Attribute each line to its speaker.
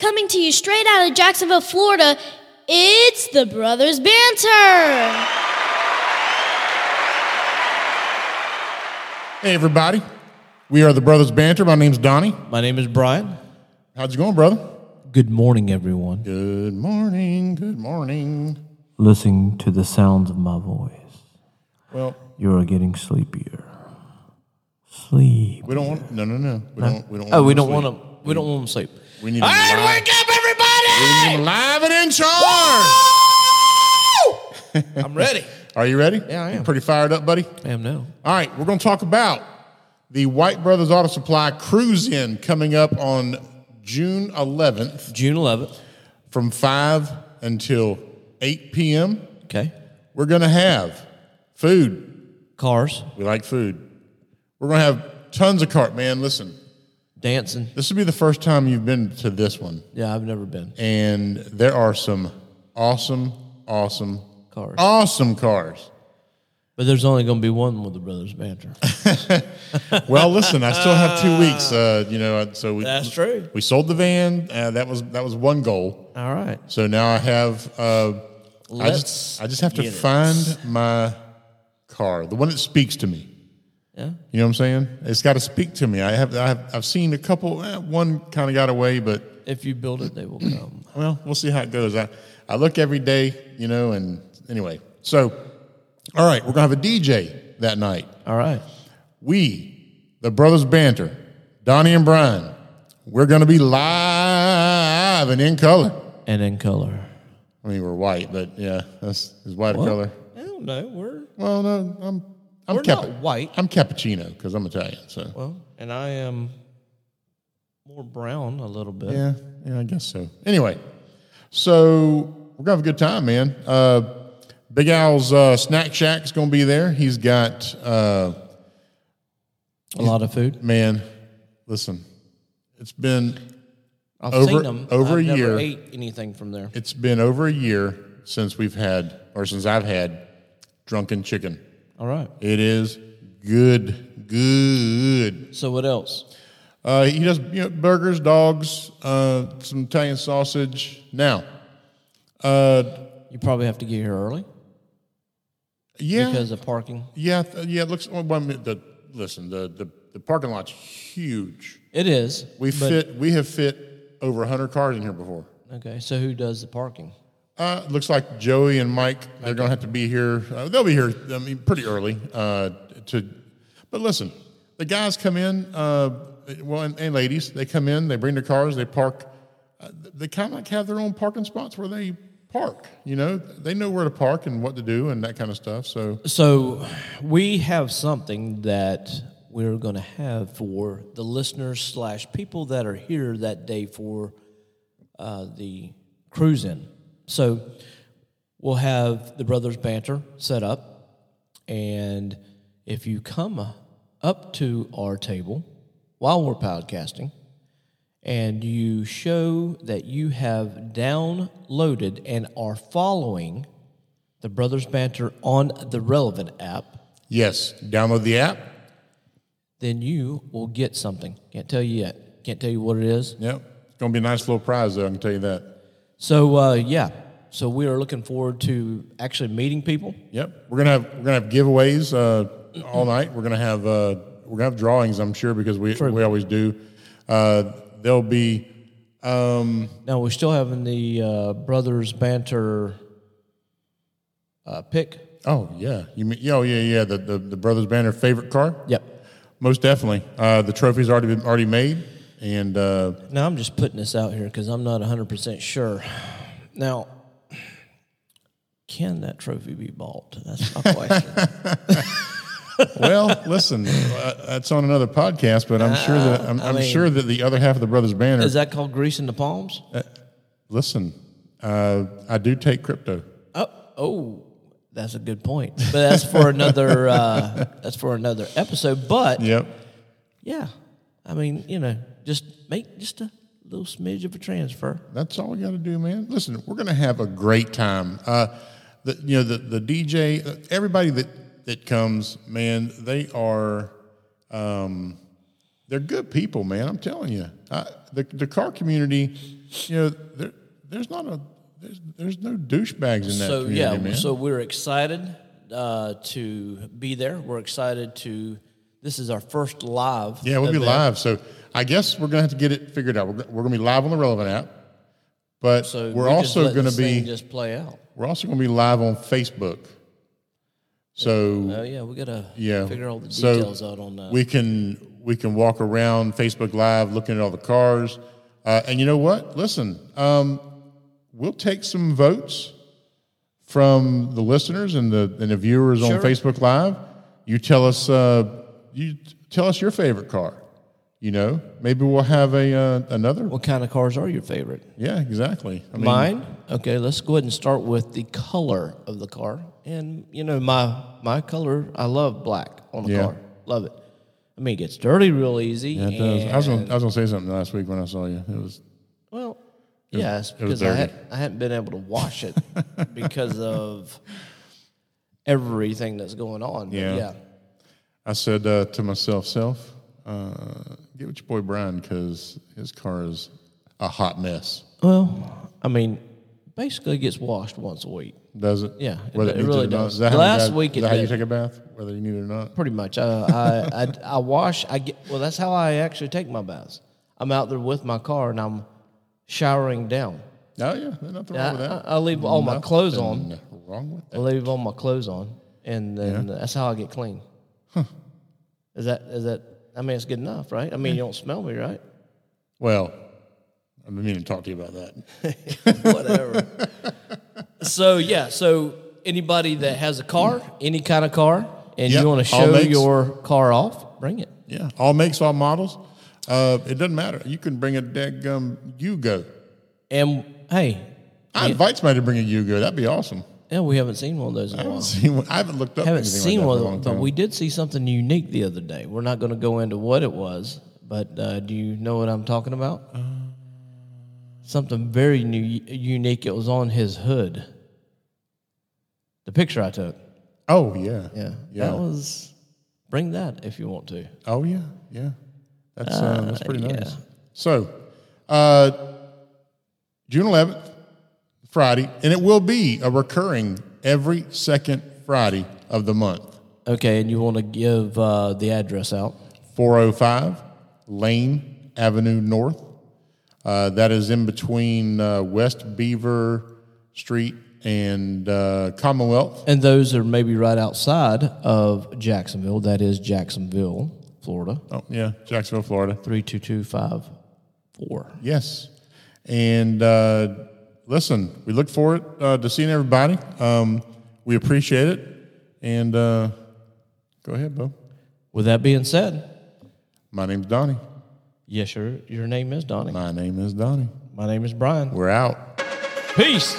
Speaker 1: Coming to you straight out of Jacksonville, Florida, it's the Brothers Banter.
Speaker 2: Hey, everybody. We are the Brothers Banter. My name's Donnie.
Speaker 3: My name is Brian.
Speaker 2: How's it going, brother?
Speaker 3: Good morning, everyone.
Speaker 2: Good morning. Good morning.
Speaker 4: Listening to the sounds of my voice,
Speaker 2: Well,
Speaker 4: you are getting sleepier. Sleep.
Speaker 2: we don't want, no, no, no. We don't, we don't
Speaker 3: Oh, we
Speaker 2: them
Speaker 3: don't
Speaker 2: asleep.
Speaker 3: want to. We don't want them sleep.
Speaker 2: We need
Speaker 3: All
Speaker 2: them
Speaker 3: right,
Speaker 2: live.
Speaker 3: wake up, everybody!
Speaker 2: Keep 'em Live and in charge.
Speaker 3: I'm ready.
Speaker 2: Are you ready?
Speaker 3: Yeah, I
Speaker 2: You
Speaker 3: am.
Speaker 2: pretty fired up, buddy.
Speaker 3: I am now.
Speaker 2: All right, we're going to talk about the White Brothers Auto Supply Cruise In coming up on June 11th
Speaker 3: June 11th.
Speaker 2: from 5 until 8 p.m.
Speaker 3: Okay.
Speaker 2: We're going to have food,
Speaker 3: Cars,
Speaker 2: We like food. We're going to have tons of cart, man. Listen,
Speaker 3: dancing.
Speaker 2: this will be the first time you've been to this one.
Speaker 3: Yeah, I've never been.
Speaker 2: And there are some awesome, awesome,
Speaker 3: Cars.
Speaker 2: Oh. awesome cars.
Speaker 3: But there's only going to be one with the brothers banter.
Speaker 2: Well, listen, I still have two weeks. Uh, you know, so we
Speaker 3: That's true.
Speaker 2: We sold the van. Uh, that was that was one goal.
Speaker 3: All right.
Speaker 2: So now I have. Uh, I
Speaker 3: Let's
Speaker 2: just I just have to
Speaker 3: get it.
Speaker 2: find my car, the one that speaks to me.
Speaker 3: Yeah.
Speaker 2: You know what I'm saying? It's got to speak to me. I have, I have I've seen a couple. Eh, one kind of got away, but
Speaker 3: If you build it, they will come.
Speaker 2: well, we'll see how it goes. I, I look every day, you know, and anyway. So, all right, we're going to have a DJ that night.
Speaker 3: All right.
Speaker 2: We, the Brothers Banter, Donnie and Brian, we're going to be live and in color.
Speaker 3: And in color.
Speaker 2: I mean, we're white, but yeah, that's is white a color.
Speaker 3: I don't know. We're
Speaker 2: Well, no, I'm I'm
Speaker 3: We're
Speaker 2: capa-
Speaker 3: not white.
Speaker 2: I'm cappuccino because I'm Italian. So
Speaker 3: well, and I am more brown a little bit.
Speaker 2: Yeah, yeah, I guess so. Anyway, so we're gonna have a good time, man. Uh, Big Al's uh, snack shack's gonna be there. He's got uh,
Speaker 3: A lot of food.
Speaker 2: man. Listen, it's been
Speaker 3: I've
Speaker 2: Over-
Speaker 3: seen them.
Speaker 2: over
Speaker 3: I've
Speaker 2: a
Speaker 3: never
Speaker 2: year.
Speaker 3: Ate anything from there?
Speaker 2: it's been over a year since we've had or since I've had drunken chicken.
Speaker 3: All right.
Speaker 2: It is good, good.
Speaker 3: So what else?
Speaker 2: Uh, he does you know, burgers, dogs, uh, some Italian sausage. Now, uh,
Speaker 3: You probably have to get here early
Speaker 2: yeah,
Speaker 3: because of parking.
Speaker 2: Yeah, th- yeah. It looks. Well, I mean, the listen, the, the the parking lot's huge.
Speaker 3: It is.
Speaker 2: We
Speaker 3: but-
Speaker 2: fit. We have fit over hundred cars in here before.
Speaker 3: Okay. So who does the parking?
Speaker 2: Uh, it looks like Joey and Mike. They're going to have to be here. Uh, they'll be here. I mean, pretty early. Uh, to, but listen, the guys come in. Uh, well, and, and ladies, they come in. They bring their cars. They park. Uh, they kind of like have their own parking spots where they park. You know, they know where to park and what to do and that kind of stuff. So
Speaker 3: So we have something that we're going to have for the listeners slash people that are here that day for uh, the cruise in. So we'll have the brothers banter set up, and if you come up to our table while we're podcasting, and you show that you have downloaded and are following the Brothers Banter on the relevant app,
Speaker 2: yes, download the app.
Speaker 3: then you will get something. Can't tell you yet. Can't tell you what it is.
Speaker 2: Yep. It's going to be a nice little prize, though, I can tell you that.
Speaker 3: So uh, yeah, so we are looking forward to actually meeting people.
Speaker 2: Yep. We're going to have we're going to have giveaways uh, all night. We're going to have uh, we're going to have drawings, I'm sure, because we we always do. Uh, there'll be
Speaker 3: Now we're still having the uh, Brothers Banter uh, pick.
Speaker 2: Oh, yeah. You mean oh, yeah, yeah, the the, the Brothers Banner favorite car?
Speaker 3: Yep.
Speaker 2: Most definitely. Uh, the trophy's already been already made and uh,
Speaker 3: Now I'm just putting this out here because I'm not 100 percent sure. Now, can that trophy be bought? That's my question.
Speaker 2: well, listen, uh, that's on another podcast, but I'm sure that I'm,
Speaker 3: Uh, I
Speaker 2: I'm
Speaker 3: mean-
Speaker 2: sure that the other half of the Brothers Banner.
Speaker 3: is that called greasing the palms?
Speaker 2: listen, uh, I do take crypto.
Speaker 3: Oh, oh, that's a good point. But that's for another. Uh, that's for another episode. But yeah.
Speaker 2: Yep.
Speaker 3: I mean, you know, just make just a little smidge of a transfer.
Speaker 2: That's all we got to do, man. Listen, we're going to have a great time. Uh, the, you know, the, the DJ, uh, everybody that, that comes, man, they are, um, they're good people, man. I'm telling you, I, the the car community, you know, there, there's not a there's, there's no douchebags in that
Speaker 3: so
Speaker 2: community,
Speaker 3: yeah,
Speaker 2: man.
Speaker 3: so we're excited uh, to be there. We're excited to. This is our first live.
Speaker 2: yeah, we'll be
Speaker 3: event.
Speaker 2: live. So I guess we're gonna have to get it figured out. We're, go- we're gonna be live on the relevant app, but
Speaker 3: So
Speaker 2: we're
Speaker 3: just
Speaker 2: also
Speaker 3: letting
Speaker 2: gonna
Speaker 3: this thing
Speaker 2: be
Speaker 3: just play out.
Speaker 2: we're also gonna be live on Facebook. So
Speaker 3: Oh yeah, we gotta
Speaker 2: yeah,
Speaker 3: figure all the
Speaker 2: So
Speaker 3: details out on uh, that.
Speaker 2: We can we can walk around Facebook Live looking at all the cars, uh, and you know what? Listen, um, we'll take some votes from the listeners and the and the viewers on Facebook Live. You tell us uh, you t- tell us your favorite car. You know, maybe we'll have a uh, another.
Speaker 3: what kind of cars are your favorite?
Speaker 2: Yeah, exactly. I mean,
Speaker 3: Mine. Okay, let's go ahead and start with the color of the car. And you know my my color, I love black on a
Speaker 2: Yeah.
Speaker 3: car. Love it. I mean, it gets dirty real easy.
Speaker 2: Yeah, it does. I was gonna, I was gonna say something last week when I saw you. It was
Speaker 3: Well, yeah, it's
Speaker 2: it was
Speaker 3: because I,
Speaker 2: dirty.
Speaker 3: had, I hadn't been able to wash it because of everything that's going on. But
Speaker 2: Yeah.
Speaker 3: yeah.
Speaker 2: I said uh, to myself, self, uh, get with your boy Brian because his car is a hot mess.
Speaker 3: Well, I mean, basically it gets washed once a week.
Speaker 2: Does it?
Speaker 3: Yeah, it-
Speaker 2: Whether
Speaker 3: it
Speaker 2: needs
Speaker 3: really
Speaker 2: or not.
Speaker 3: does.
Speaker 2: Is that how you
Speaker 3: Last
Speaker 2: guys-
Speaker 3: week
Speaker 2: is
Speaker 3: it
Speaker 2: that how you
Speaker 3: did.
Speaker 2: take a bath, whether you need it or not.
Speaker 3: Pretty much. Uh, I, I I wash. I get well. That's how I actually take my baths. I'm out there with my car and I'm showering down.
Speaker 2: Oh yeah, there's nothing
Speaker 3: I,
Speaker 2: wrong with
Speaker 3: I,
Speaker 2: that.
Speaker 3: I leave all my clothes on.
Speaker 2: Nothing Wrong with
Speaker 3: I
Speaker 2: that?
Speaker 3: leave all my clothes on, and then that's how I get clean. Is that is that? I mean, it's good enough, right? I mean, you don't smell me, right?
Speaker 2: Well, I didn't mean to talk to you about that.
Speaker 3: whatever. so yeah, so anybody that has a car, any kind of car, and
Speaker 2: Yep,
Speaker 3: you want to
Speaker 2: all
Speaker 3: show
Speaker 2: makes.
Speaker 3: your car off, bring it.
Speaker 2: Yeah, all makes, all models. Uh, it doesn't matter. You can bring a daggum Yugo.
Speaker 3: And hey,
Speaker 2: I invite somebody to bring a Yugo. That'd be awesome.
Speaker 3: yeah, we haven't seen one of those in
Speaker 2: I
Speaker 3: a
Speaker 2: haven't
Speaker 3: while.
Speaker 2: seen one. I haven't looked up.
Speaker 3: Haven't
Speaker 2: anything
Speaker 3: seen
Speaker 2: like that for a
Speaker 3: one, of
Speaker 2: long
Speaker 3: them, but
Speaker 2: time.
Speaker 3: we did see something unique the other day. We're not going to go into what it was, but uh, do you know what I'm talking about? something very new, unique. It was on his hood. The picture I took.
Speaker 2: Oh yeah,
Speaker 3: Yeah,
Speaker 2: yeah.
Speaker 3: that was. Bring that if you want to.
Speaker 2: Oh yeah, yeah. That's uh, that's pretty
Speaker 3: yeah.
Speaker 2: nice. So, uh, June eleventh, Friday, and it will be a recurring every second Friday of the month.
Speaker 3: Okay, and you want to give uh, the address out?
Speaker 2: Four hundred five Lane Avenue North. Uh, that is in between uh, West Beaver Street and uh, Commonwealth.
Speaker 3: And those are maybe right outside of Jacksonville. That is Jacksonville, Florida,
Speaker 2: Oh yeah, Jacksonville, Florida.
Speaker 3: 32254.
Speaker 2: Yes. And uh, listen, we look forward uh, to seeing everybody. Um, we appreciate it. And uh, go ahead, Bo.
Speaker 3: With that being said,
Speaker 2: My name's Donnie.
Speaker 3: yes, your, your name is Donnie.
Speaker 2: My name is Donnie.
Speaker 3: My name is Brian.
Speaker 2: We're out.
Speaker 3: Peace.